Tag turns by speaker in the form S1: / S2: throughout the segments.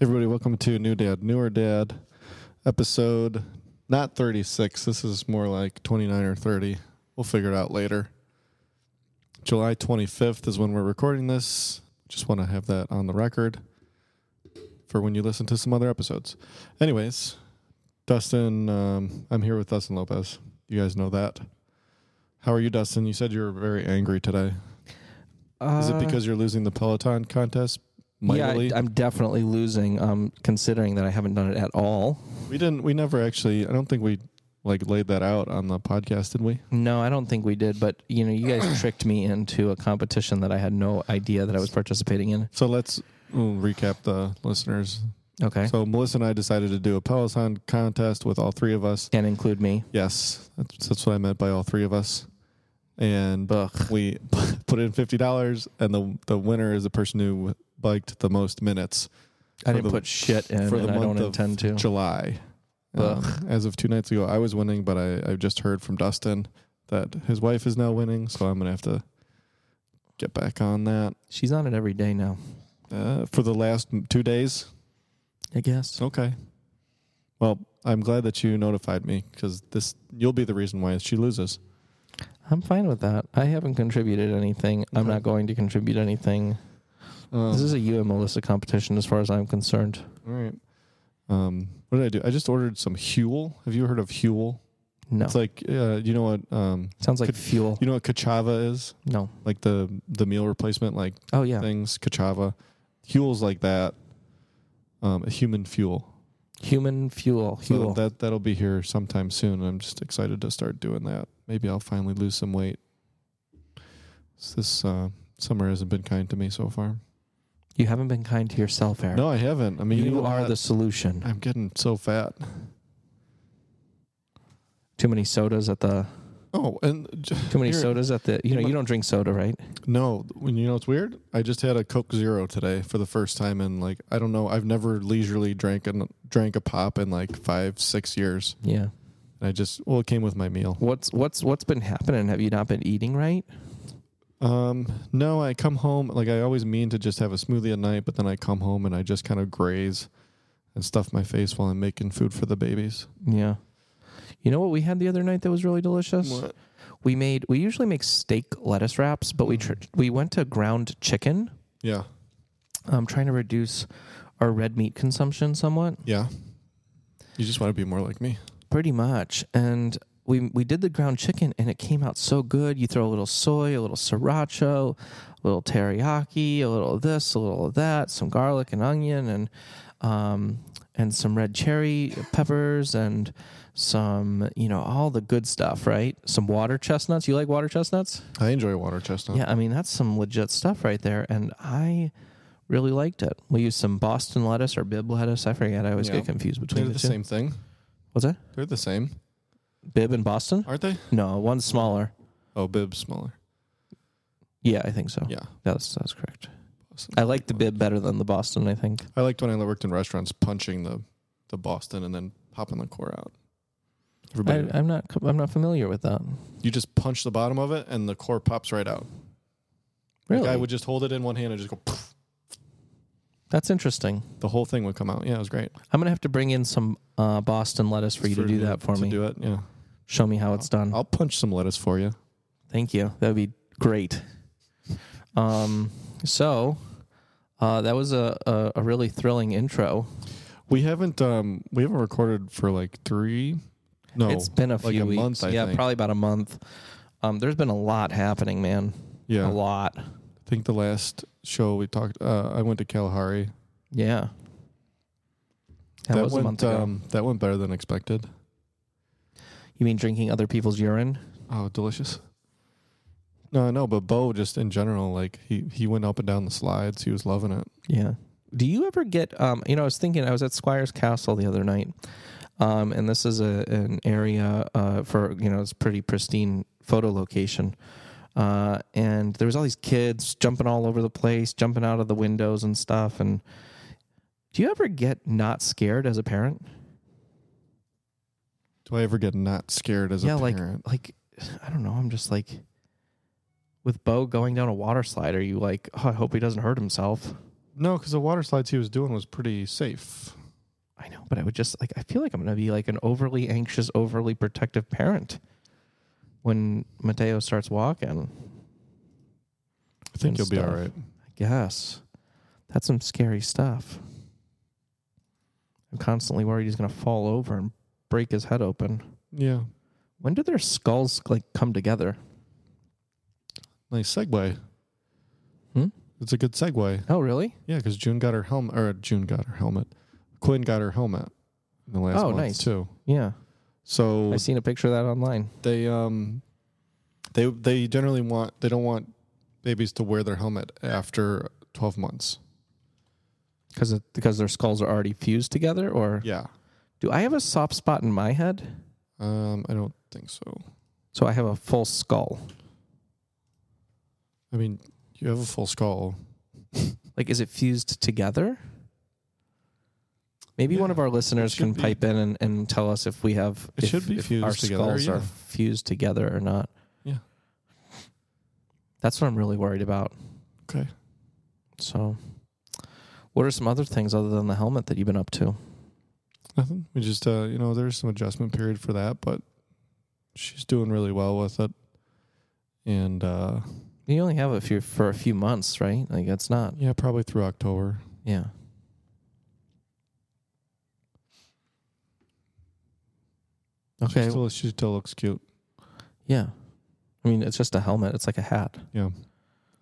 S1: Everybody, welcome to New Dad, Newer Dad, episode not 36. This is more like 29 or 30. We'll figure it out later. July 25th is when we're recording this. Just want to have that on the record for when you listen to some other episodes. Anyways, Dustin, um, I'm here with Dustin Lopez. You guys know that. How are you, Dustin? You said you were very angry today. Is it
S2: Uh,
S1: because you're losing the Peloton contest? Mightily?
S2: Yeah, I, I'm definitely losing. Um, considering that I haven't done it at all.
S1: We didn't. We never actually. I don't think we like laid that out on the podcast, did we?
S2: No, I don't think we did. But you know, you guys tricked me into a competition that I had no idea that I was participating in.
S1: So let's we'll recap the listeners.
S2: Okay,
S1: So Melissa and I decided to do a Peloton contest with all three of us.
S2: and include me.
S1: Yes, that's, that's what I meant by all three of us. And
S2: Ugh.
S1: we put in fifty dollars, and the the winner is the person who biked the most minutes
S2: I
S1: For
S2: didn't
S1: the-
S2: put shit in,
S1: for the
S2: and I don't
S1: month of
S2: intend to.
S1: July. Um, as of two nights ago, I was winning, but I, I just heard from Dustin that his wife is now winning, so I'm gonna have to get back on that.
S2: She's on it every day now.
S1: Uh, for the last m- two days.
S2: I guess.
S1: Okay. Well, I'm glad that you notified me because this you'll be the reason why she loses.
S2: I'm fine with that. I haven't contributed anything. I'm
S1: Okay.
S2: not going to contribute anything.
S1: Um,
S2: this is a you and Melissa competition, as far as I'm concerned.
S1: all right. Um, what did I do? I just ordered some Huel. Have you heard of Huel?
S2: No,
S1: It's like uh, you know what um,
S2: sounds like
S1: could-
S2: fuel.
S1: you know what cachava is
S2: no.
S1: like the the meal replacement like
S2: Oh yeah,
S1: things cachava. Huel's like that. Um, a human fuel.
S2: human fuel.
S1: So
S2: Fuel.
S1: that that'll be here sometime soon. and I'm just excited to start doing that. Maybe I'll finally lose some weight. S- This uh, summer hasn't been kind to me so far.
S2: You haven't been kind to yourself, Eric.
S1: No, I haven't. I mean,
S2: you
S1: know
S2: are
S1: what?
S2: the solution.
S1: I'm getting so fat.
S2: Too many sodas at the
S1: Oh, and j-
S2: too many
S1: here-
S2: sodas at the you know you don't drink soda right?
S1: No, when you know it's weird. I just had a Coke Zero today for the first time in like I don't know. I've never leisurely drank and drank a pop in like five six years.
S2: Yeah.
S1: And I just well, it came with my meal.
S2: What's what's what's been happening? Have you not been eating right?
S1: Um, no, I come home like I always mean to just have a smoothie at night, but then I come home and I just kind of graze and stuff my face while I'm making food for the babies.
S2: Yeah. You know what we had the other night that was really delicious? We made we usually make steak lettuce wraps, but we tr- we went to ground chicken.
S1: Yeah,
S2: I'm trying to reduce our red meat consumption somewhat.
S1: yeah. You just want to be more like me.
S2: Pretty much. And we we did the ground chicken and it came out so good. You throw a little soy, a little sriracha, a little teriyaki, a little of this, a little of that, some garlic and onion and um and some red cherry peppers and some, you know, all the good stuff, right? Some water chestnuts. You like water chestnuts?
S1: I enjoy water chestnut.
S2: Yeah, I mean that's some legit stuff right there, and I really liked it. We used some Boston lettuce or bib lettuce. I forget. I always
S1: Yeah.
S2: get confused between
S1: they're
S2: the,
S1: the
S2: two.
S1: same thing.
S2: What's that?
S1: They're the same,
S2: Bib and Boston?
S1: aren't they?
S2: No, one's smaller.
S1: Oh, bib's smaller.
S2: Yeah, I think so.
S1: Yeah,
S2: That's that's correct. Oh. I like the bib better than the Boston, I think.
S1: I liked when I worked in restaurants, punching the the Boston and then popping the core out.
S2: I,
S1: Everybody,
S2: I'm not co- I'm not familiar with that.
S1: you just punch the bottom of it and the core pops right out.
S2: Really?
S1: Like I would just hold it in one hand and just go. Poof,
S2: that's interesting.
S1: the whole thing would come out. Yeah, it was great.
S2: I'm going to have to bring in some uh, Boston lettuce for you to do that for
S1: to
S2: me. Mm-hmm.
S1: do it, yeah.
S2: Show me how it's done.
S1: I'll punch some lettuce for you.
S2: Thank you. That would be great. Um so uh, that was a, a, a really thrilling intro.
S1: We haven't um we haven't recorded for like three. No,
S2: it's been a few
S1: Oh, like a
S2: weeks.
S1: month, I
S2: yeah,
S1: think.
S2: probably about a month. Um, there's been a lot happening, man.
S1: yeah.
S2: A lot.
S1: I think the last show we talked. Uh, I went to Kalahari.
S2: Yeah. That, was
S1: went,
S2: a month ago.
S1: Um, that went better than expected.
S2: You mean drinking other people's urine?
S1: Oh, delicious. No, I know, but Bo just in general, like he he went up and down the slides. He was loving it.
S2: Yeah. Do you ever get um you know, I was thinking I was at Squire's Castle the other night. Um and this is a an area uh for you know, it's pretty pristine photo location. Uh and there was all these kids jumping all over the place, jumping out of the windows and stuff and do you ever get not scared as a parent?
S1: Do I ever get not scared as
S2: Yeah,
S1: a
S2: like-
S1: parent?
S2: like I don't know. I'm just like with Bo going down a water slide. Are you like, oh, I hope he doesn't hurt himself?
S1: No, because the water slides he was doing was pretty safe.
S2: I know, but I would just like I feel like I'm gonna be like an overly anxious, overly protective parent when Mateo starts walking.
S1: I think
S2: And
S1: you'll be all
S2: stuff.
S1: right.
S2: I guess that's some scary stuff. I'm constantly worried he's gonna fall over and break his head open.
S1: Yeah.
S2: When do their skulls like come together?
S1: Nice segue.
S2: Hmm?
S1: It's a good segue.
S2: Oh, really?
S1: Yeah, because June got her helmet, or June got her helmet. Quinn got her helmet in the last
S2: Oh,
S1: month
S2: nice.
S1: too.
S2: Yeah,
S1: So
S2: I've seen a picture of that online.
S1: they um they they generally want they don't want babies to wear their helmet after 12 months.
S2: Because because their skulls are already fused together, or
S1: Yeah.
S2: do I have a soft spot in my head?
S1: Um I don't think so.
S2: So I have a full skull.
S1: I mean, you have a full skull.
S2: Like, is it fused together? Maybe one
S1: Yeah,
S2: of our listeners
S1: should
S2: can
S1: be.
S2: pipe in and, and tell us if we have.
S1: It
S2: if-
S1: should be
S2: if Our
S1: fused together,
S2: skulls
S1: yeah.
S2: are fused together or not.
S1: Yeah.
S2: That's what I'm really worried about.
S1: Okay.
S2: So, what are some other things other than the helmet that you've been up to?
S1: Nothing. We just uh you know, there's some adjustment period for that, but she's doing really well with it. And uh
S2: You only have a few for a few months, right? Like, it's not.
S1: yeah, probably through October.
S2: Yeah.
S1: She
S2: Okay.
S1: still, she still looks cute.
S2: Yeah. I mean, it's just a helmet. It's like a hat.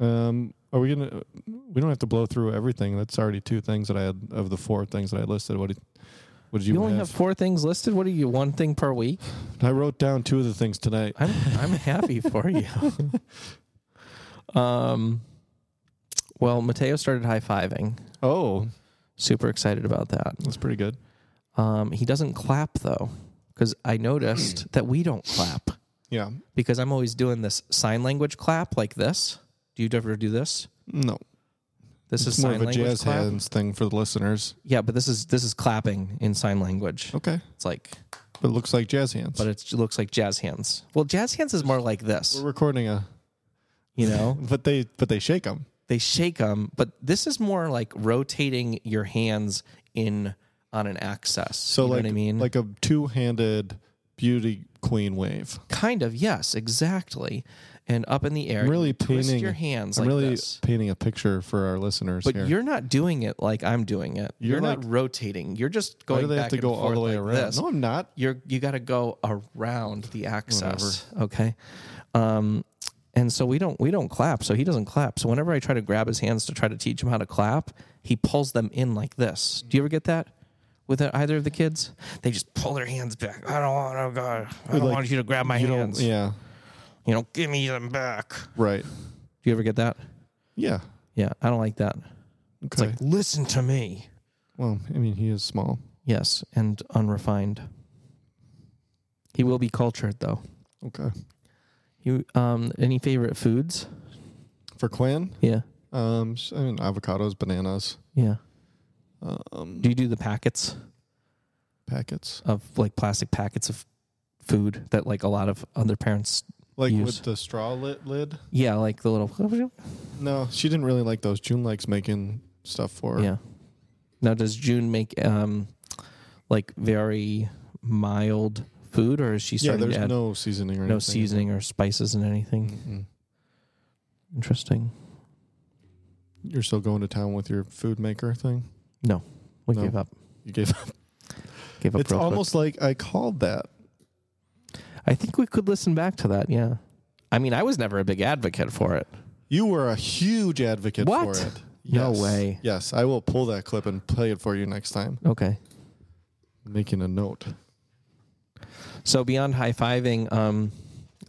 S1: Um, are we gonna? We don't have to blow through everything. That's already two things that I had of the four things that I listed. What did, what did you,
S2: You, only have
S1: have?
S2: four things listed. What are you? One thing per week.
S1: I wrote down two of the things tonight.
S2: I'm I'm happy for you. um. Well, Mateo started high fiving.
S1: Oh,
S2: Super excited about that.
S1: that's pretty good.
S2: Um, he doesn't clap though, because I noticed that we don't clap
S1: Yeah.
S2: because I'm always doing this sign language clap like this. Do you ever do this?
S1: No,
S2: This
S1: it's
S2: is
S1: more
S2: sign
S1: of a
S2: language
S1: jazz
S2: clap.
S1: hands thing for the listeners.
S2: Yeah, but this is this is clapping in sign language.
S1: Okay,
S2: It's like,
S1: but it looks like jazz hands.
S2: but it's- it looks like jazz hands. Well, jazz hands is more like this,
S1: We're recording a,
S2: you know.
S1: but they but they shake them.
S2: They shake them, but this is more like rotating your hands in on an axis.
S1: So
S2: you know
S1: like
S2: what I mean,
S1: like a two handed beauty queen wave.
S2: kind of yes, exactly. And up in the air,
S1: I'm really
S2: you twist
S1: painting-
S2: your hands
S1: I'm
S2: like
S1: really
S2: this.
S1: painting a picture for our listeners
S2: But
S1: here.
S2: you're not doing it like I'm doing it. You're,
S1: You're
S2: not
S1: like-
S2: rotating. You're just
S1: Why
S2: going.
S1: do they
S2: back
S1: have to
S2: and
S1: go all the
S2: forth
S1: way
S2: like
S1: around?
S2: this.
S1: No, I'm not.
S2: you're you got to go around the axis. Okay. Um, and so we don't we don't clap. So he doesn't clap. So whenever I try to grab his hands to try to teach him how to clap, he pulls them in like this. Do you ever get that? With either of the kids, they just pull their hands back. I don't want. Oh God! I don't
S1: Like,
S2: want you to grab my
S1: You don't-
S2: hands.
S1: Yeah.
S2: You know, give me them back.
S1: Right.
S2: Do you ever get that?
S1: Yeah.
S2: Yeah, I don't like that. It's
S1: Okay.
S2: like listen to me.
S1: Well, I mean, he is small.
S2: Yes, and unrefined. He will be cultured though.
S1: Okay.
S2: You um any favorite foods?
S1: For Quinn,
S2: Yeah.
S1: um, s- I mean, avocados, bananas,
S2: Yeah.
S1: um,
S2: Do you do the packets
S1: packets.
S2: of like plastic packets of food that like a lot of other parents
S1: Like
S2: Use.
S1: with the straw lit lid.
S2: Yeah, like the little
S1: No, she didn't really like those. June likes making stuff for her.
S2: Yeah. Now does June make um like very mild food or is she
S1: Yeah,
S2: starting
S1: there's
S2: to add no,
S1: no seasoning or anything. Mm.
S2: seasoning or spices and anything?
S1: Mm-mm.
S2: Interesting.
S1: You're still going to town with your food maker thing?
S2: We
S1: No.
S2: gave up.
S1: You gave up.
S2: Gave up
S1: It's
S2: real quick.
S1: almost like I called that.
S2: I think we could listen back to that, yeah. I mean, I was never a big advocate for it.
S1: You were a huge advocate
S2: What?
S1: for it.
S2: No
S1: Yes.
S2: way.
S1: Yes, I will pull that clip and play it for you next time.
S2: Okay.
S1: Making a note.
S2: So beyond high fiving, um,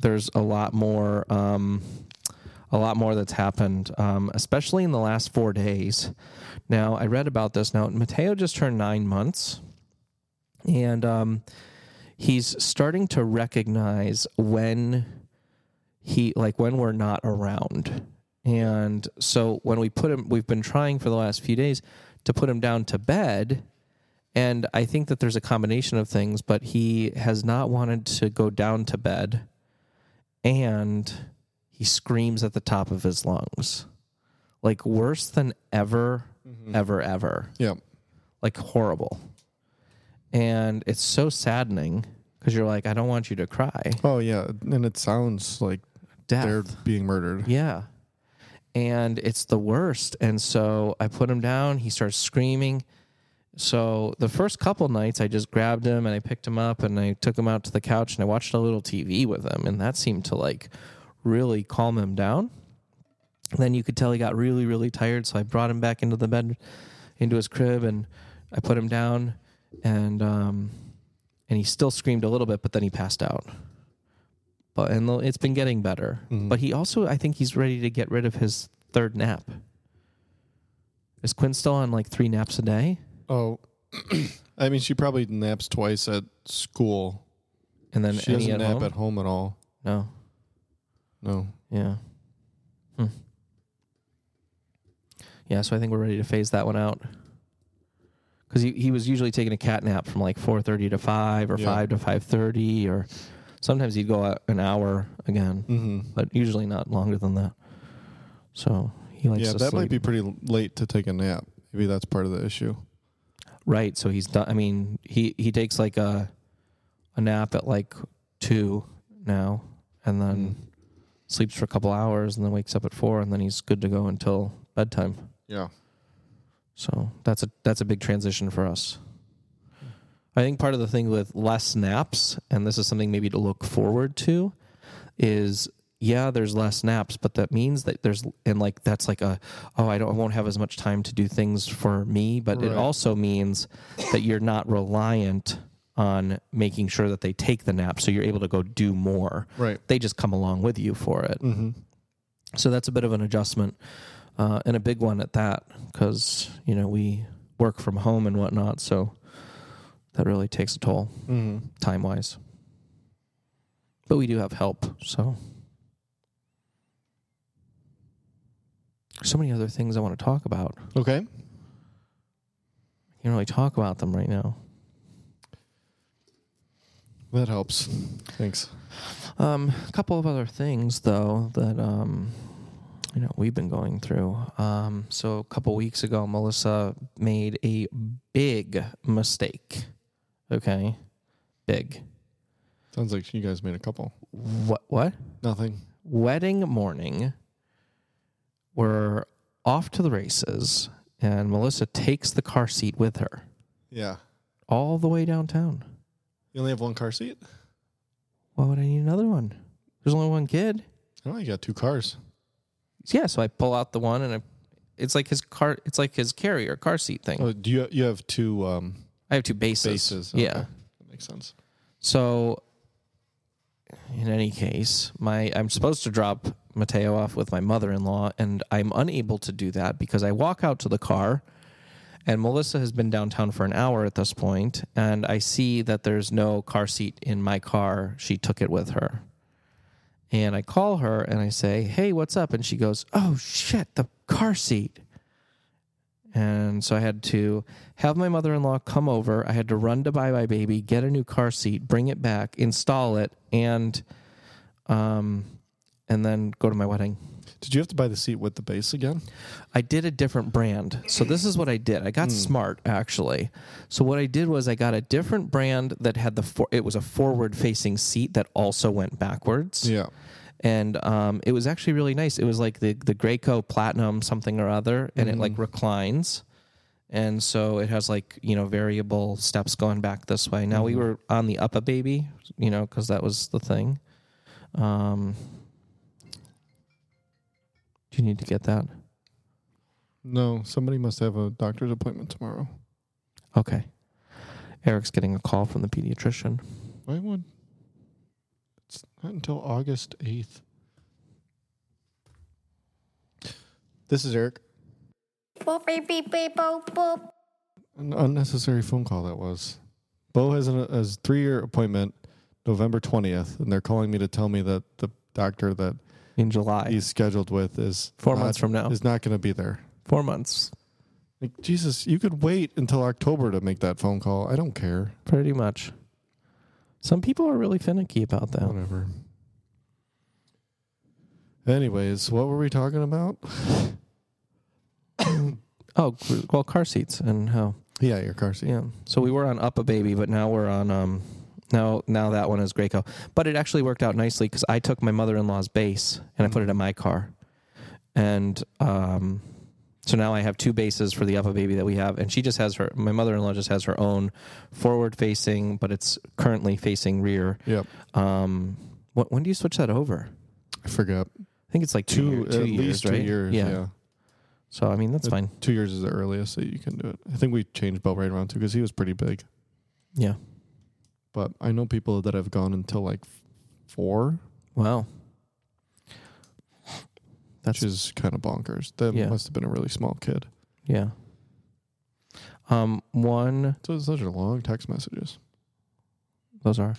S2: there's a lot more, um, a lot more that's happened, um, especially in the last four days. Now I read about this. Now Mateo just turned nine months, and um, he's starting to recognize when he like when we're not around. And so when we put him, we've been trying for the last few days to put him down to bed. And I think that there's a combination of things, but he has not wanted to go down to bed and he screams at the top of his lungs. like worse than ever, ever, ever.
S1: Mm-hmm. Yep.
S2: Like horrible. And it's so saddening because you're like, I don't want you to cry.
S1: Oh yeah, and it sounds like
S2: Death.
S1: they're being murdered.
S2: Yeah. And it's the worst. And so I put him down. He starts screaming. So the first couple nights, I just grabbed him and I picked him up and I took him out to the couch and I watched a little TV with him. And that seemed to like really calm him down. Then you could tell he got really, really tired. So I brought him back into the bed, into his crib, and I put him down. And, um, and he still screamed a little bit, but then he passed out but and lo- it's been getting better.
S1: Mm. Mm-hmm.
S2: But he also, I think, he's ready to get rid of his third nap. Is Quinn still on like three naps a day?
S1: Oh, I mean, she probably naps twice at school.
S2: And then
S1: she
S2: any
S1: doesn't
S2: at
S1: nap
S2: home?
S1: at home at all.
S2: no,
S1: No.
S2: yeah, hmm. yeah. So I think we're ready to phase that one out. Because he, he was usually taking a cat nap from like four thirty to five or
S1: Yeah.
S2: five to five thirty or sometimes he'd go out an hour again,
S1: Mm-hmm.
S2: but usually not longer than that. So he likes
S1: Yeah,
S2: to
S1: that
S2: sleep.
S1: might be pretty l- late to take a nap. Maybe that's part of the issue.
S2: Right. So he's done. I mean, he he takes like a a nap at like two now, and then sleeps for a couple hours, and then wakes up at four, and then he's good to go until bedtime.
S1: Yeah.
S2: So that's a that's a big transition for us. I think part of the thing with less naps, and this is something maybe to look forward to, is yeah, there's less naps, but that means that there's and like that's like a oh I don't I won't have as much time to do things for me, but it
S1: Right.
S2: also means that you're not reliant on making sure that they take the nap, so you're able to go do more.
S1: Right.
S2: They just come along with you for it.
S1: Mm-hmm.
S2: So that's a bit of an adjustment uh, and a big one at that because, you know, we work from home and whatnot. So that really takes a toll
S1: Mm-hmm.
S2: time wise. But we do have help. So, so many other things I want to talk about. I
S1: Okay.
S2: can't really talk about them right now.
S1: That helps. Thanks.
S2: Um, a couple of other things though that um, you know we've been going through. Um, so a couple weeks ago, Melissa made a big mistake. Okay, big.
S1: Sounds like you guys made a couple.
S2: What? What?
S1: Nothing.
S2: Wedding morning. We're off to the races, and Melissa takes the car seat with her
S1: Yeah.
S2: all the way downtown.
S1: You only have one car seat?
S2: Why would I need another one? There's only one kid.
S1: I know you got two cars.
S2: yeah, so I pull out the one and I, it's like his car, it's like his carrier car seat thing.
S1: Oh, do you you have two um,
S2: I have two bases.
S1: bases?
S2: Yeah.
S1: Okay. That makes sense.
S2: So, in any case, my I'm supposed to drop Mateo off with my mother-in-law, and I'm unable to do that because I walk out to the car, and Melissa has been downtown for an hour at this point, and I see that there's no car seat in my car. She took it with her, and I call her and I say, "Hey, what's up?" And she goes, "Oh shit, the car seat." And so I had to have my mother in law come over. I had to run to buy my baby, get a new car seat, bring it back, install it, and um, and then go to my wedding.
S1: Did you have to buy the seat with the base again?
S2: I did a different brand. So this is what I did. I got smart actually. So what I did was I got a different brand that had the for- it was a forward facing seat that also went backwards
S1: Yeah.
S2: and um, it was actually really nice. It was like the the Graco Platinum something or other, and it
S1: Mm.
S2: like reclines, and so it has like you know variable steps going back this way. Now
S1: Mm.
S2: we were on the Uppa Baby, you know, because that was the thing. Um, do you need to get that?
S1: No, somebody must have a doctor's appointment tomorrow.
S2: Okay. Eric's getting a call from the pediatrician.
S1: Why would? It's not until August eighth. This is Eric.
S3: Boop, beep, beep, beep, boop, boop.
S1: An unnecessary phone call that was. Bo has a has three year appointment, November twentieth, and they're calling me to tell me that the doctor that
S2: In July,
S1: he's scheduled with is
S2: four
S1: not-
S2: months from now,
S1: is not going to be there.
S2: four months,
S1: Like Jesus, you could wait until October to make that phone call. I don't care.
S2: pretty much. Some people are really finicky about that.
S1: Whatever. Anyways, what were we talking about?
S2: Oh, gr- well, car seats and how?
S1: Yeah, your car seat.
S2: Yeah. So we were on Up a Baby, but now we're on um now now that one is Graco. But it actually worked out nicely because I took my mother in law's bass and I put it in my car, and um so now I have two bases for the Up a Baby that we have, and she just has her my mother in law just has her own forward facing, but it's currently facing rear.
S1: Yep.
S2: Um, wh- when do you switch that over?
S1: I forgot.
S2: I think it's like two,
S1: Two,
S2: year- two
S1: at
S2: years,
S1: least
S2: right?
S1: two years. Yeah.
S2: So I mean that's
S1: It-
S2: fine.
S1: Two years is the earliest that you can do it. I think we changed Bo right around too because he was pretty big.
S2: Yeah.
S1: But I know people that have gone until like four,
S2: Wow. That's
S1: which is kind of bonkers. That
S2: Yeah.
S1: must have been a really small kid.
S2: Yeah. Um, one,
S1: So those are long text messages.
S2: those are.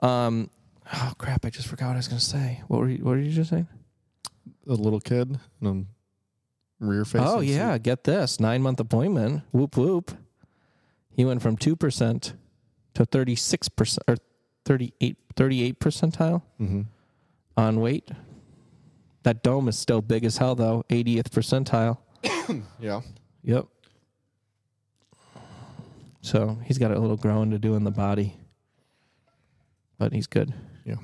S2: Um, oh crap! I just forgot what I was gonna say. What were you? What were you just saying?
S1: A little kid and um, rear face.
S2: oh yeah, get this nine month appointment. Whoop whoop. He went from two percent to thirty six percent or 38, 38 percentile
S1: Mm-hmm.
S2: on weight. That dome is still big as hell though. 80th percentile.
S1: Yeah.
S2: Yep. So he's got a little growing to do in the body, but he's good.
S1: Yeah.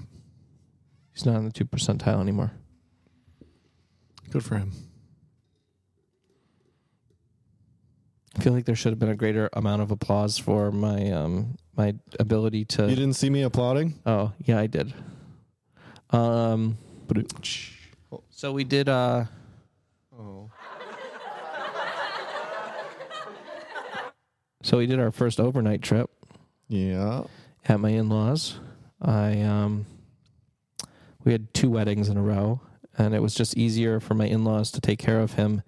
S2: He's not in the two percentile anymore.
S1: Good for him.
S2: I feel like there should have been a greater amount of applause for my um my ability to.
S1: you didn't see me applauding?
S2: Oh yeah, I did. Um.
S1: But it,
S2: So we did. Uh.
S1: oh.
S2: So we did our first overnight trip
S1: Yeah.
S2: at my in laws. I um. We had two weddings in a row, and it was just easier for my in laws to take care of him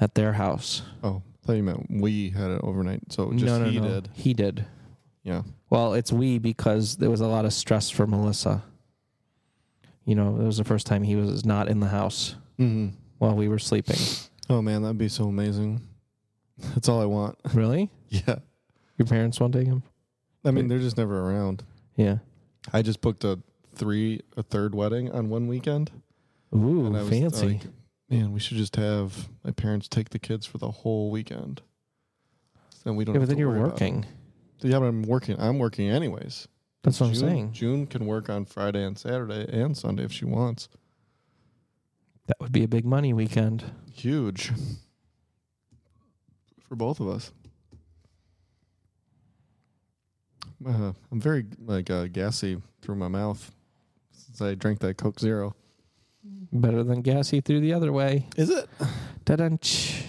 S2: at their house.
S1: Oh, I thought you meant we had it overnight. So Oh, just he did.
S2: He did.
S1: Yeah.
S2: Well, it's we because there was a lot of stress for Melissa. You know, it was the first time he was not in the house
S1: hmm
S2: while we were sleeping.
S1: Oh man, that'd be so amazing. That's all I want.
S2: really?
S1: Yeah.
S2: Your parents won't take him?
S1: I mean, they're just never around.
S2: Yeah.
S1: I just booked a three a third wedding on one weekend.
S2: Ooh,
S1: and I was
S2: fancy.
S1: like, man, we should just have my parents take the kids for the whole weekend. Then we don't.
S2: yeah,
S1: have
S2: but then
S1: to
S2: you're
S1: worry about it.
S2: working.
S1: Yeah, but I'm working. I'm working anyways.
S2: That's what I'm
S1: June-
S2: saying.
S1: June can work on Friday and Saturday and Sunday if she wants.
S2: That would be a big money weekend.
S1: Huge for both of us. Uh, I'm very like uh, gassy through my mouth since I drank that Coke Zero.
S2: Better than gassy through the other way.
S1: Is it?
S2: Da-dunch.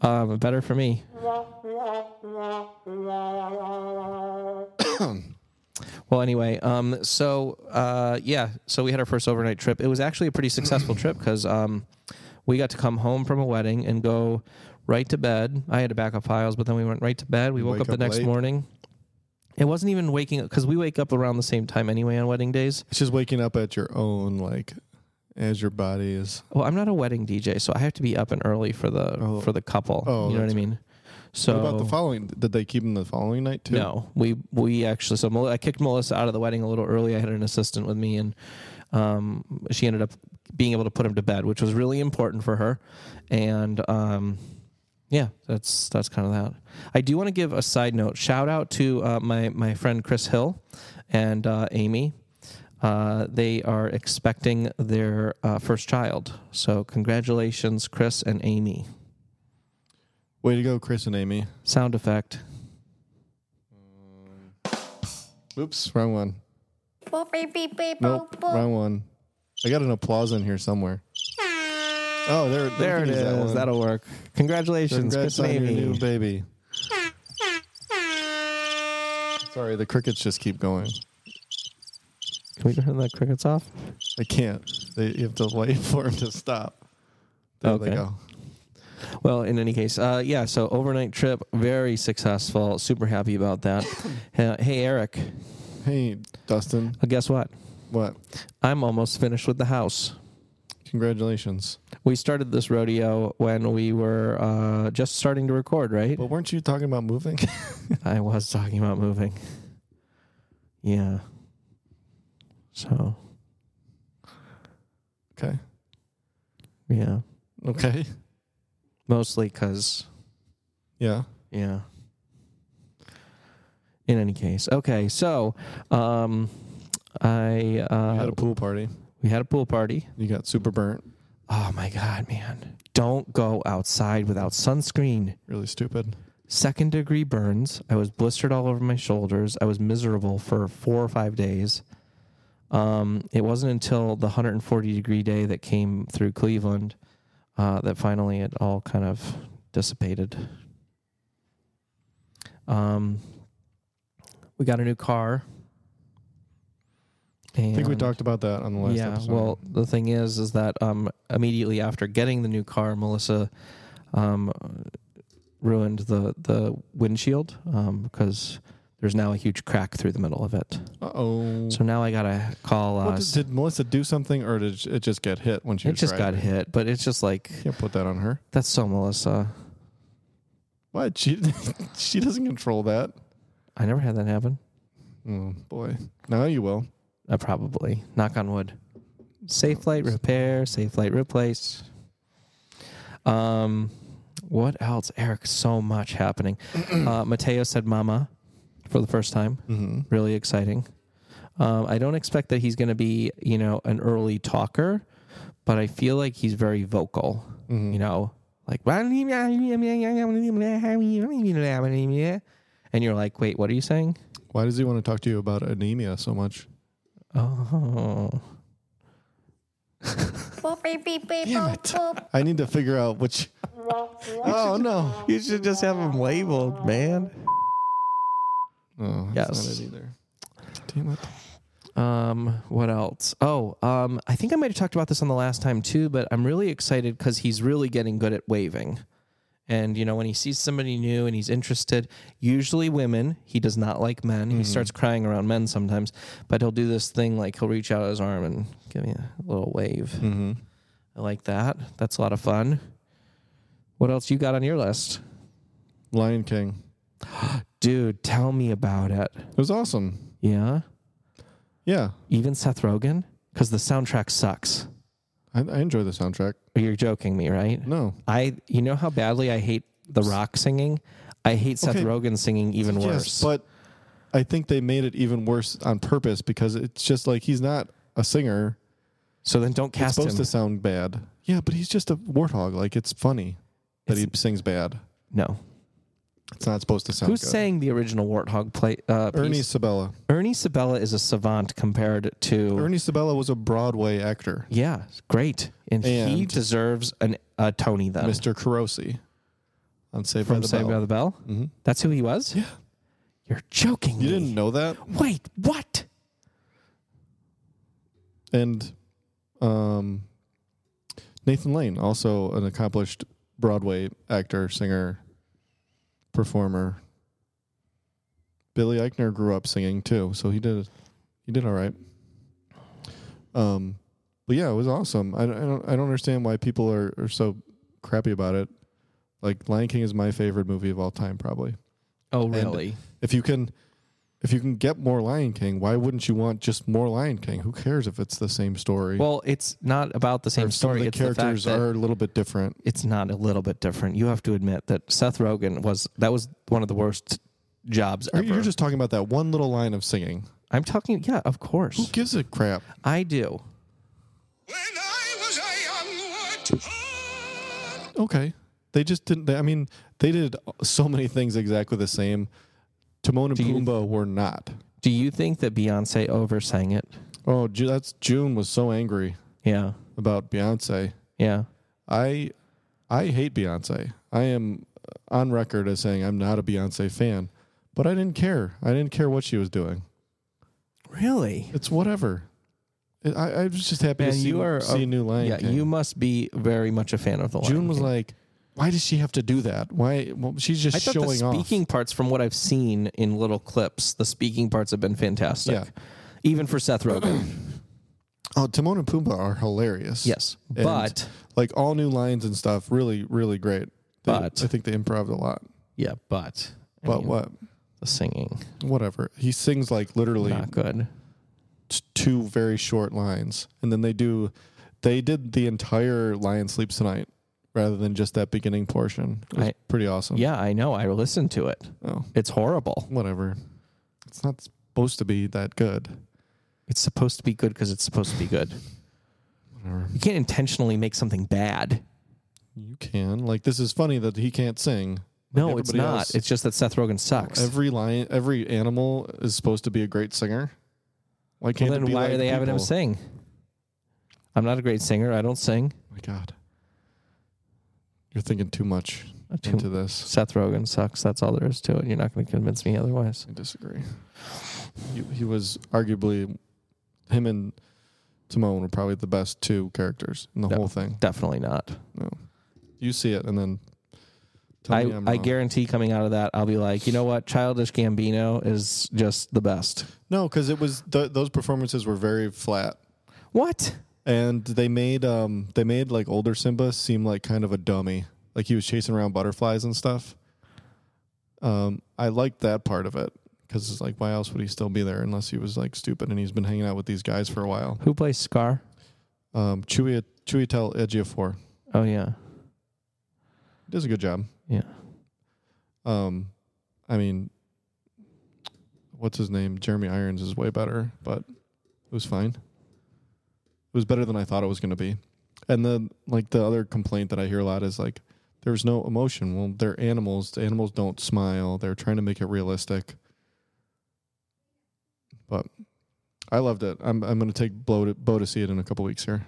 S2: Um, better for me. well, anyway, um, so uh, yeah, so we had our first overnight trip. It was actually a pretty successful trip because um, we got to come home from a wedding and go right to bed. I had to back up files, but then we went right to bed. We woke
S1: Wake
S2: up the
S1: up
S2: next
S1: late.
S2: morning. It wasn't even waking up because we wake up around the same time anyway on wedding days.
S1: It's just waking up at your own like as your body is.
S2: Well, I'm not a wedding DJ, so I have to be up and early for the
S1: Oh.
S2: for the couple.
S1: Oh,
S2: you know what I
S1: that's-
S2: mean. So
S1: what about the following? Did they keep them the following night too?
S2: no, we we actually so Mel- I kicked Melissa out of the wedding a little early. I had an assistant with me, and um, she ended up being able to put him to bed, which was really important for her. And um, yeah, that's that's kind of that. I do want to give a side note. Shout out to uh, my my friend Chris Hill and uh, Amy. Uh, they are expecting their uh, first child, so congratulations, Chris and Amy.
S1: Way to go, Chris and Amy.
S2: Sound effect.
S1: Oops, wrong one.
S3: Boopy beep beep boop
S1: Nope,
S3: boop.
S1: wrong one. I got an applause in here somewhere. Oh, there, we
S2: There
S1: can
S2: it
S1: use that
S2: is.
S1: one.
S2: That will work. Congratulations,
S1: Congrats
S2: Chris and
S1: on your
S2: Amy.
S1: new baby. Sorry, the crickets just keep going.
S2: Can we turn the crickets off?
S1: I can't. They, you have to wait for them to stop. There
S2: Okay.
S1: they go.
S2: Well, in any case, uh, yeah. So overnight trip, very successful. Super happy about that. Uh, hey, Eric.
S1: Hey, Dustin.
S2: uh, Guess what?
S1: What?
S2: I'm almost finished with the house.
S1: Congratulations.
S2: We started this rodeo when we were uh, just starting to record, right?
S1: But weren't you talking about moving?
S2: I was talking about moving. Yeah. So
S1: okay.
S2: yeah.
S1: Okay.
S2: mostly because
S1: Yeah.
S2: yeah. In any case, okay. So, um, I
S1: I had a
S2: uh,
S1: pool party.
S2: we had a pool party.
S1: You got super burnt.
S2: Oh my god, man! Don't go outside without sunscreen.
S1: Really stupid.
S2: Second degree burns. I was blistered all over my shoulders. I was miserable for four or five days. Um, it wasn't until the 140 degree day that came through Cleveland uh, that finally it all kind of dissipated. Um, we got a new car.
S1: I think we
S2: And-
S1: talked about that on the last
S2: yeah,
S1: episode.
S2: well, the thing is, is that um, immediately after getting the new car, Melissa um, ruined the the windshield um, because there's now a huge crack through the middle of it.
S1: uh oh.
S2: So now I gotta call. Uh,
S1: What did, did Melissa do something, or did it just get hit when she?
S2: it
S1: was
S2: just got
S1: driving?
S2: hit, but it's just like
S1: Can't put that on her.
S2: that's so Melissa.
S1: What? She she doesn't control that.
S2: I never had that happen.
S1: Oh boy. Now you will.
S2: Uh, probably. Knock on wood. Safe flight repair, safe flight replace. Um, what else, Eric? So much happening. uh, Mateo said "Mama" for the first time.
S1: Mm-hmm.
S2: Really exciting. Um, I don't expect that he's going to be, you know, an early talker, but I feel like he's very vocal.
S1: Mhm.
S2: You know, like and you're like, wait, what are you saying?
S1: Why does he want to talk to you about anemia so much?
S2: Oh.
S1: Damn it. I need to figure out which. Oh no.
S4: You should just have them labeled, man.
S1: Oh, that's
S2: Yes.
S1: not it either. Damn it.
S2: Um, what else? Oh, um, I think I might have talked about this on the last time too, but I'm really excited because he's really getting good at waving. And you know, when he sees somebody new and he's interested, usually women, he does not like men.
S4: Mm-hmm.
S2: He starts crying around men sometimes, but he'll do this thing like he'll reach out his arm and give me a little wave.
S4: Mm.
S1: Mm-hmm.
S2: I like that. That's a lot of fun. What else you got on your list?
S1: Lion King.
S2: Dude, tell me about it.
S1: It was awesome.
S2: Yeah.
S1: Yeah,
S2: Even Seth Rogen? Because the soundtrack sucks.
S1: I, I enjoy the soundtrack.
S2: You're joking me, right?
S1: No.
S2: I you know how badly I hate The Rock singing. I hate Seth
S1: Okay.
S2: Rogen singing even worse.
S1: Yes, but I think they made it even worse on purpose because it's just like he's not a singer.
S2: so then don't
S1: It's
S2: cast him.
S1: supposed to sound bad. Yeah, but he's just a warthog. Like it's funny that he sings bad.
S2: no.
S1: It's not supposed to sound.
S2: Who
S1: good.
S2: sang the original Warthog play? Uh, piece?
S1: Oh, Ernie Sabella.
S2: Ernie Sabella is a savant compared to.
S1: Ernie Sabella was a Broadway actor.
S2: yeah, great, and, he
S1: And-
S2: deserves an a Tony then
S1: Mr. Carosi on Saved by
S2: Oh. from
S1: the
S2: Saved by
S1: Bell.
S2: the Bell.
S1: Mhm.
S2: That's who he was.
S1: Yeah.
S2: You're joking.
S1: You
S2: me.
S1: didn't know that?
S2: Wait, what?
S1: And um, Nathan Lane, also an accomplished Broadway actor, singer, performer. Billy Eichner grew up singing too, so he did he did all right. Um, but yeah, it was awesome. I, don't- I don't I don't understand why people are, are so crappy about it. Like Lion King is my favorite movie of all time, probably.
S2: Oh, really?
S1: if you can if you can get more Lion King, why wouldn't you want just more Lion King? Who cares if it's the same story?
S2: Well, it's not about the
S1: Or
S2: same
S1: if some of
S2: story.
S1: the
S2: it's
S1: characters
S2: the fact that-
S1: are a little bit different.
S2: it's not a little bit different. You have to admit that Seth Rogen was that was one of the worst jobs
S1: Or
S2: ever.
S1: You're just talking about that one little line of singing.
S2: I'm talking, yeah, of
S1: Who
S2: course,
S1: gives a crap?
S2: I do.
S5: When I was a young warthog.
S1: Okay, they just didn't. They, I mean, they did so many things exactly the same. Timon and
S2: Do you-
S1: Pumbaa were not.
S2: Do you think that Beyonce oversang it?
S1: Oh, Ju- that's June was so angry
S2: Yeah,
S1: about Beyonce.
S2: yeah.
S1: I I hate Beyonce. I am on record as saying I'm not a Beyonce fan, but I didn't care. I didn't care what she was doing.
S2: Really?
S1: It's whatever. It- I, I was just happy
S2: Man,
S1: to see,
S2: you are
S1: see
S2: a-
S1: new Lion
S2: yeah,
S1: King.
S2: you must be very much a fan of the.
S1: June
S2: Lion
S1: was
S2: King.
S1: like, "Why does she have to do that? Why? Well, she's just
S2: I thought the
S1: showing off."
S2: speaking parts, from what I've seen in little clips, the speaking parts have been fantastic.
S1: Yeah.
S2: Even for Seth Rogen,
S1: Oh, Timon and Pumbaa are hilarious.
S2: yes,
S1: And,
S2: but
S1: like all new lines and stuff, really, really great. They-
S2: But-
S1: I think they improved a lot.
S2: yeah, but I
S1: But
S2: mean,
S1: what?
S2: the singing
S1: Whatever. He sings like literally
S2: not good.
S1: t- two very short lines, and then they do. They did the entire Lion Sleeps Tonight rather than just that beginning portion. It was
S2: I-
S1: pretty awesome.
S2: Yeah, I know. I listened to it.
S1: Oh,
S2: It's horrible.
S1: whatever. It's not supposed to be that good.
S2: It's supposed to be good because it's supposed to be good. You can't intentionally make something bad.
S1: You can like this is funny that he can't sing. Like,
S2: No, it's
S1: everybody
S2: not.
S1: else-
S2: It's just that Seth Rogen sucks.
S1: every lion, every animal is supposed to be a great singer. Why
S2: Well,
S1: can't it
S2: then
S1: be
S2: why
S1: like
S2: are they having him
S1: people?
S2: sing? I'm not a great singer. I don't sing.
S1: Oh my God, you're thinking too much
S2: Uh, too-
S1: into this.
S2: Seth Rogen sucks. That's all there is to it. You're not going to convince me otherwise.
S1: I disagree. He, he was arguably him and Timon were probably the best two characters in the
S2: No.
S1: whole thing.
S2: Definitely not.
S1: You see it, and then tell
S2: I,
S1: me I'm
S2: I
S1: wrong.
S2: guarantee coming out of that, I'll be like, you know what? Childish Gambino is just the best.
S1: no, because it was th- those performances were very flat,
S2: What?
S1: and they made um they made like older Simba seem like kind of a dummy, like he was chasing around butterflies and stuff. Um, I liked that part of it because it's like, why else would he still be there unless he was like stupid and he's been hanging out with these guys for a while?
S2: Who plays Scar?
S1: Um, Chewie Chewie tell Ejiofor
S2: Oh, yeah.
S1: does a good job.
S2: Yeah.
S1: Um, I mean, what's his name? Jeremy Irons is way better, but it was fine. It was better than I thought it was going to be. And then, like the other complaint that I hear a lot is like, there's no emotion. Well, they're animals. The animals don't smile. They're trying to make it realistic. But I loved it. I'm I'm going to take Bo to, Bo to see it in a couple weeks here.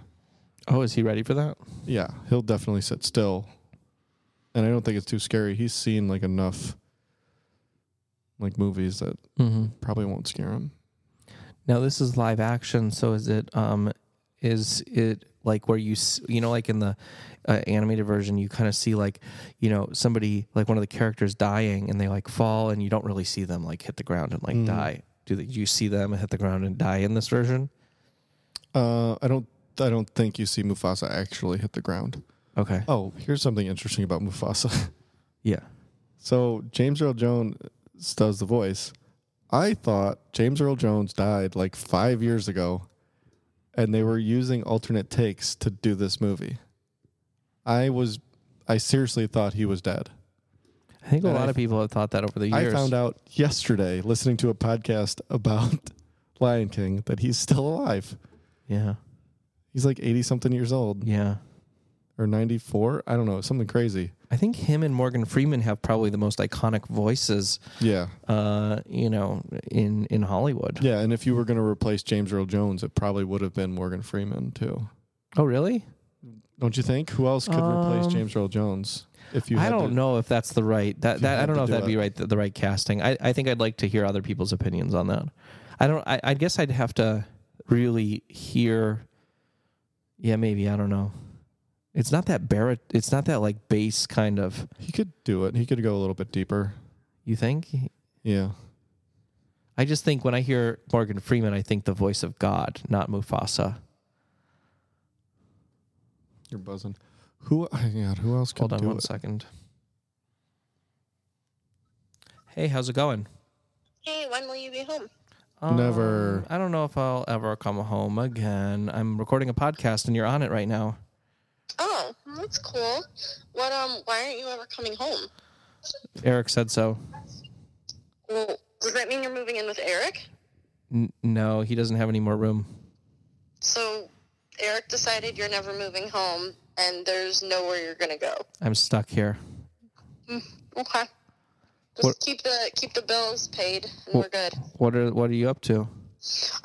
S2: Oh, is he ready for that?
S1: Yeah, he'll definitely sit still. And I don't think it's too scary. He's seen like enough like movies that
S2: Mm-hmm.
S1: probably won't scare him.
S2: Now this is live action, so is it um is it like where you s- you know like in the uh, animated version you kind of see like you know somebody like one of the characters dying and they like fall and you don't really see them like hit the ground and like
S1: Mhm.
S2: die. Do, they, do you see them hit the ground and die in this version?
S1: Uh I don't I don't think you see Mufasa actually hit the ground.
S2: Okay.
S1: Oh, here's something interesting about Mufasa.
S2: Yeah.
S1: so James Earl Jones does the voice. I thought James Earl Jones died like 5 years ago and they were using alternate takes to do this movie. I was I seriously thought he was dead.
S2: I think a
S1: And
S2: lot
S1: I-
S2: of people have thought that over the years.
S1: I found out yesterday listening to a podcast about Lion King that he's still alive.
S2: Yeah.
S1: He's like 80 something years old
S2: Yeah.
S1: or 94. I don't know. Something crazy.
S2: I think him and Morgan Freeman have probably the most iconic voices
S1: Yeah.
S2: uh you know in in Hollywood.
S1: Yeah. And if you were going to replace James Earl Jones, it probably would have been Morgan Freeman too.
S2: Oh, really?
S1: Don't you think? Who else could replace
S2: Um,
S1: James Earl Jones? If you,
S2: I
S1: had
S2: don't
S1: to-
S2: know if that's the right that,
S1: you
S2: that I
S1: had
S2: don't
S1: to
S2: know if
S1: do
S2: that'd be
S1: it.
S2: right the, the right casting. I, I think I'd like to hear other people's opinions on that. I don't I, I guess I'd have to really hear yeah, maybe, I don't know. It's not that bar it's not that like bass kind of
S1: He could do it. He could go a little bit deeper.
S2: you think?
S1: Yeah.
S2: I just think when I hear Morgan Freeman, I think the voice of God, not Mufasa.
S1: You're buzzing. Who? oh, Yeah. Who else could
S2: Hold on
S1: do
S2: one
S1: it?
S2: second. Hey, how's it going?
S6: Hey, when will you be home?
S1: Never.
S2: Um, I don't know if I'll ever come home again. I'm recording a podcast and you're on it right now.
S6: Oh, that's cool. What um why aren't you ever coming home?
S2: Eric said so.
S6: Well, does that mean you're moving in with Eric?
S2: N- no, he doesn't have any more room.
S6: So Eric decided you're never moving home and there's nowhere you're gonna go.
S2: I'm stuck here.
S6: Okay. Just
S2: What-
S6: keep the keep the bills paid and
S2: Wha-
S6: we're good.
S2: What are what are you up to?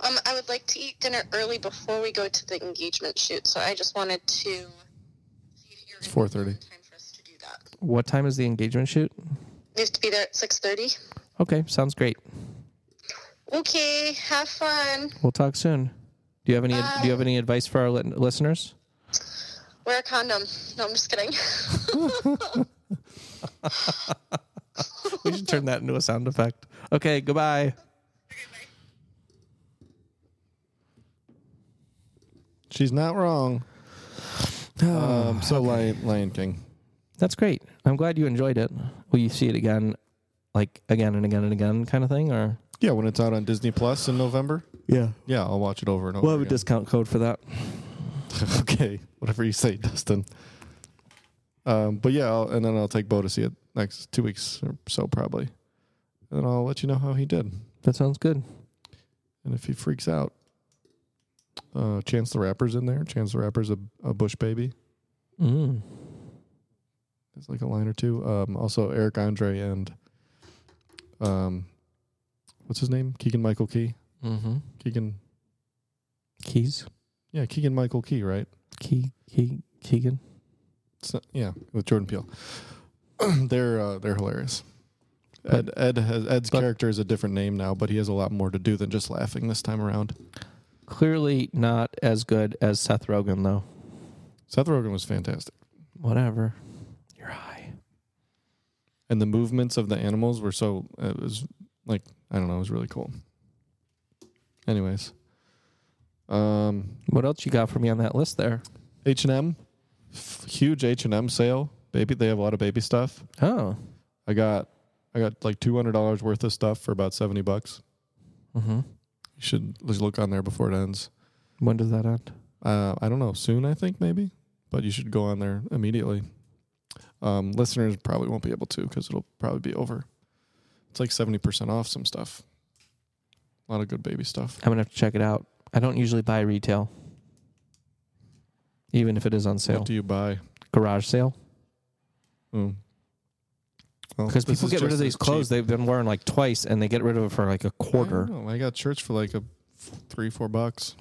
S6: Um I would like to eat dinner early before we go to the engagement shoot, so I just wanted to see if you're gonna
S1: 4:30.
S6: have time for us to do that.
S2: What time is the engagement shoot?
S6: We have to be there at six thirty.
S2: Okay, sounds great.
S6: Okay, have fun.
S2: We'll talk soon. Do you have any do you have any advice for our lit listeners?
S6: Wear a condom. No, I'm just kidding.
S2: We should turn that into a sound effect. Okay, goodbye.
S1: She's not wrong. Um, so Lion, Lion King.
S2: That's great. I'm glad you enjoyed it. Will you see it again like again and again and again kind of thing or
S1: Yeah, when it's out on Disney Plus in November.
S2: Yeah.
S1: Yeah, I'll watch it over and over.
S2: We'll have a
S1: again.
S2: discount code for that.
S1: okay, whatever you say, Dustin. Um, but yeah, I'll, and then I'll take Bo to see it next two weeks or so probably, and then I'll let you know how he did
S2: That sounds good.
S1: and if he freaks out. Uh, Chance the Rapper's in there. Chance the Rapper's a, a Bush baby.
S2: Mm.
S1: There's like a line or two. Um, also Eric Andre and um, what's his name? Keegan Michael Key.
S2: Mm-hmm.
S1: Keegan.
S2: Keys.
S1: Yeah, Keegan Michael Key, right?
S2: Key. Key. Keegan.
S1: It's not- yeah, with Jordan Peele. they're uh, they're hilarious. Ed Ed has Ed's
S2: but-
S1: character is a different name now, but he has a lot more to do than just laughing this time around.
S2: Clearly not as good as Seth Rogen though.
S1: Seth Rogen was fantastic,
S2: Whatever. Your eye.
S1: and the movements of the animals were so uh, it was like I don't know, it was really cool. Anyways, um,
S2: What else you got for me on that list there?
S1: H and M, huge H and M sale. Baby, they have a lot of baby stuff.
S2: Oh.
S1: I got I got like two hundred dollars worth of stuff for about seventy bucks.
S2: Mm-hmm.
S1: You should just look on there before it ends.
S2: When does that end?
S1: Uh, I don't know, soon I think maybe, but you should go on there immediately. Um, listeners probably won't be able to because it'll probably be over. It's like seventy percent off some stuff. A lot of good baby stuff.
S2: I'm gonna have to check it out. I don't usually buy retail, even if it is on sale.
S1: What do you buy?
S2: Garage sale
S1: Mm. Well,
S2: because
S1: this
S2: people
S1: is
S2: get rid
S1: just
S2: of
S1: as
S2: these clothes
S1: cheap. Oh.
S2: they've been wearing like twice, and they get rid of it for like a
S1: I,
S2: quarter.
S1: don't know. I got shirts for like a f- three four bucks.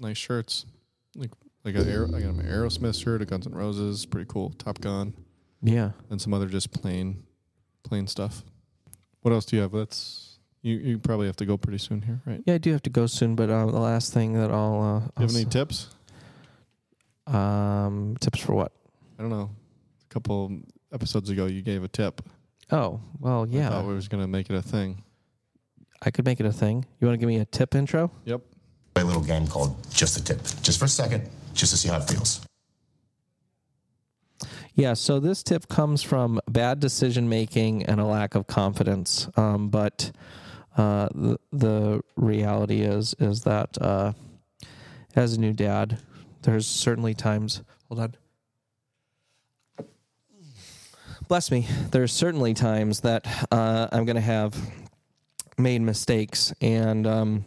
S1: Nice shirts. Like I got Aero, I got an Aerosmith shirt, a Guns N' Roses, pretty cool. Top Gun.
S2: Yeah,
S1: and some other just plain plain stuff. What else do you have? That's you, you probably have to go pretty soon here, right?
S2: yeah, I do have to go soon, but uh, the last thing that I'll uh,
S1: Do you have
S2: I'll
S1: any
S2: s-
S1: tips?
S2: um tips for what?
S1: I don't know. A couple episodes ago you gave a tip.
S2: Oh well,
S1: I
S2: yeah,
S1: thought we was gonna make it a thing.
S2: I could make it a thing. You want to give me a tip intro?
S1: Yep.
S7: play a little game called Just a Tip, just for a second, just to see how it feels.
S2: Yeah, so this tip comes from bad decision making and a lack of confidence. Um, but uh, the, the reality is is that uh, as a new dad, there's certainly times. Hold on. Bless me. There's certainly times that uh, I'm going to have made mistakes and. Um,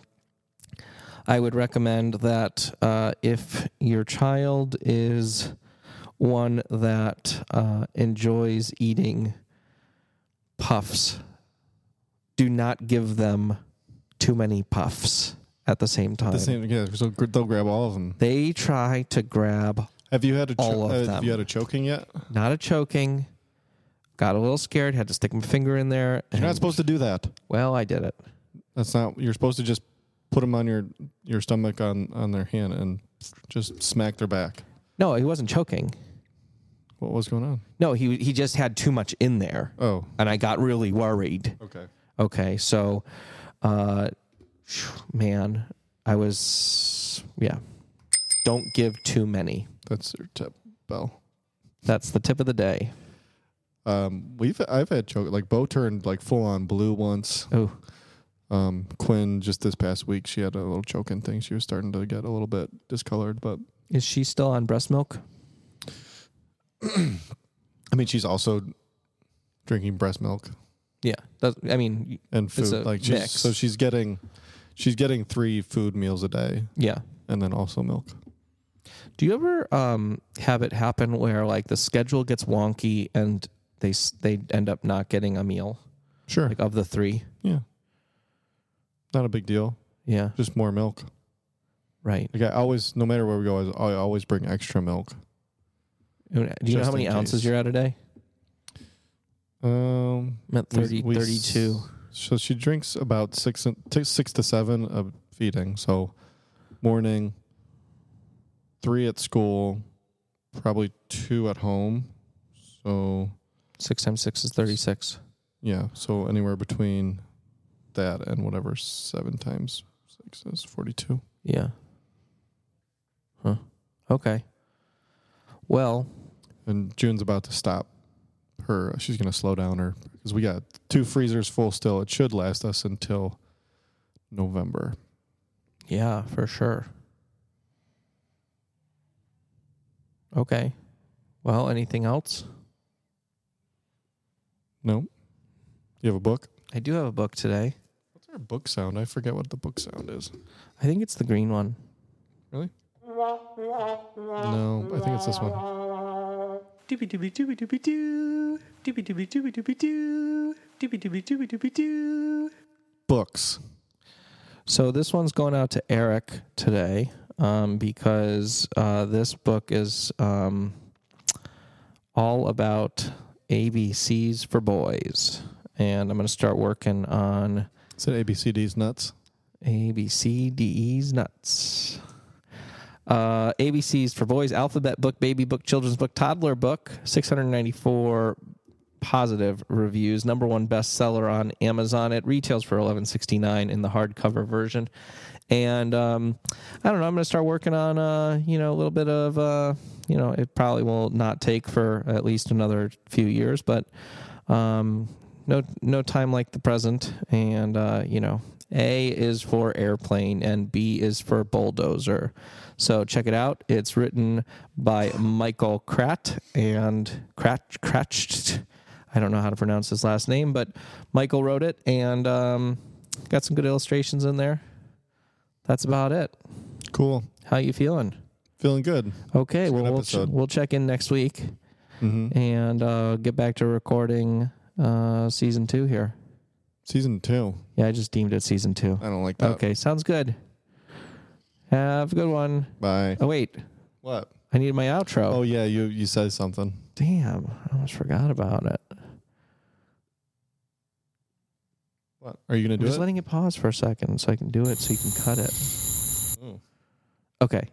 S2: I would recommend that uh, if your child is one that uh, enjoys eating puffs, do not give them too many puffs at the same time.
S1: The same yeah, so gr- they'll grab all of them.
S2: they try to grab
S1: Have you had a
S2: All of
S1: uh,
S2: them.
S1: have you had a choking yet?
S2: not a choking. Got a little scared, had to stick my finger in there.
S1: You're
S2: and-
S1: not supposed to do that.
S2: well, I did it.
S1: That's not you're supposed to just put them on your your stomach on on their hand and just smack their back.
S2: No, he wasn't choking.
S1: What was going on?
S2: No, he he just had too much in there,
S1: Oh,
S2: and I got really worried.
S1: okay.
S2: Okay, so, uh, man, I was yeah. Don't give too many.
S1: That's your tip, Bell.
S2: That's the tip of the day.
S1: Um, we've I've had choke like Bo turned like full on blue once.
S2: Oh,
S1: Um, Quinn just this past week she had a little choking thing. She was starting to get a little bit discolored, but
S2: is she still on breast milk?
S1: I mean she's also drinking breast milk
S2: Yeah, that, I mean,
S1: and
S2: It's
S1: food.
S2: a
S1: Like she's,
S2: mix.
S1: so she's getting she's getting three food meals a day
S2: yeah.
S1: and then also milk.
S2: Do you ever um, have it happen where like the schedule gets wonky and they s- they end up not getting a meal
S1: Sure,
S2: like of the three?
S1: yeah, not a big deal.
S2: Yeah,
S1: Just more milk.
S2: right.
S1: Like I always, no matter where we go, I I always bring extra milk.
S2: Do you know
S1: Just
S2: how many
S1: in
S2: ounces
S1: case.
S2: you're at a day?
S1: Um,
S2: I'm at
S1: We-
S2: 30,
S1: we s-
S2: 32.
S1: So she drinks about six t- six to seven of feeding. So morning, three at school, probably two at home. So
S2: Six times six is thirty-six.
S1: yeah, so anywhere between that and whatever seven times six is forty two.
S2: Yeah. Huh. Okay. Well,
S1: And June's about to stop her. She's gonna slow down her because we got two freezers full still. It should last us until November.
S2: yeah, for sure. Okay. Well, anything else?
S1: No. You have a book?
S2: I do have a book today.
S1: What's our book sound? I forget what the book sound is.
S2: I think it's the green one.
S1: Really? No, I think it's this one.
S8: Doobie doobie doobie doobie doo. Doobie doobie doobie doobie doo. Doobie doobie doobie doobie doo.
S1: Books.
S2: So this one's going out to Eric today um, because uh, this book is um, all about ABCs for boys, and I'm going to start working on
S1: Is it ABCD's nuts?
S2: A B C D E's nuts. Uh, ABC's for boys, alphabet book, baby book, children's book, toddler book, 694 positive reviews, number one bestseller on Amazon. It retails for 11.69 in the hardcover version. And um, I don't know, I'm going to start working on uh, you know, a little bit of uh, you know, it probably will not take for at least another few years, but um, no no time like the present and uh, you know a is for airplane and b is for bulldozer so check it out it's written by michael kratt and kratt kratched i don't know how to pronounce his last name but michael wrote it and um, got some good illustrations in there that's about it
S1: Cool.
S2: how you feeling
S1: Feeling good.
S2: okay well we'll, ch-
S1: episode.
S2: we'll check in next week
S1: Mm-hmm.
S2: and uh, get back to recording uh, season two here
S1: Season two.
S2: yeah, I just deemed it season two.
S1: I don't like that.
S2: Okay, sounds good. Have a good one.
S1: Bye.
S2: Oh wait,
S1: What?
S2: I need my outro.
S1: Oh yeah, you you said something.
S2: damn, I almost forgot about it.
S1: What? Are you gonna
S2: I'm
S1: do
S2: just
S1: it?
S2: letting it pause for a second so I can do it, so you can cut it.
S1: Oh.
S2: Okay.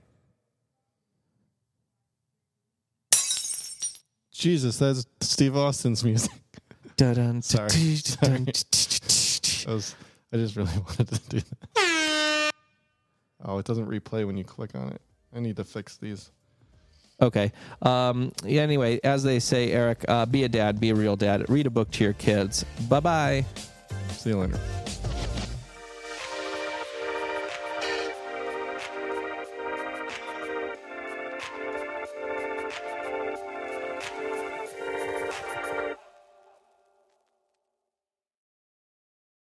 S1: Jesus, that's Steve Austin's music.
S2: Dun-dun,
S1: Sorry.
S2: dun-dun,
S1: Sorry. I, was, I just really wanted to do that. Oh, it doesn't replay when you click on it. I need to fix these.
S2: Okay. Um, yeah, anyway, as they say, Eric, uh, be a dad, be a real dad. Read a book to your kids. Bye bye.
S1: See you later.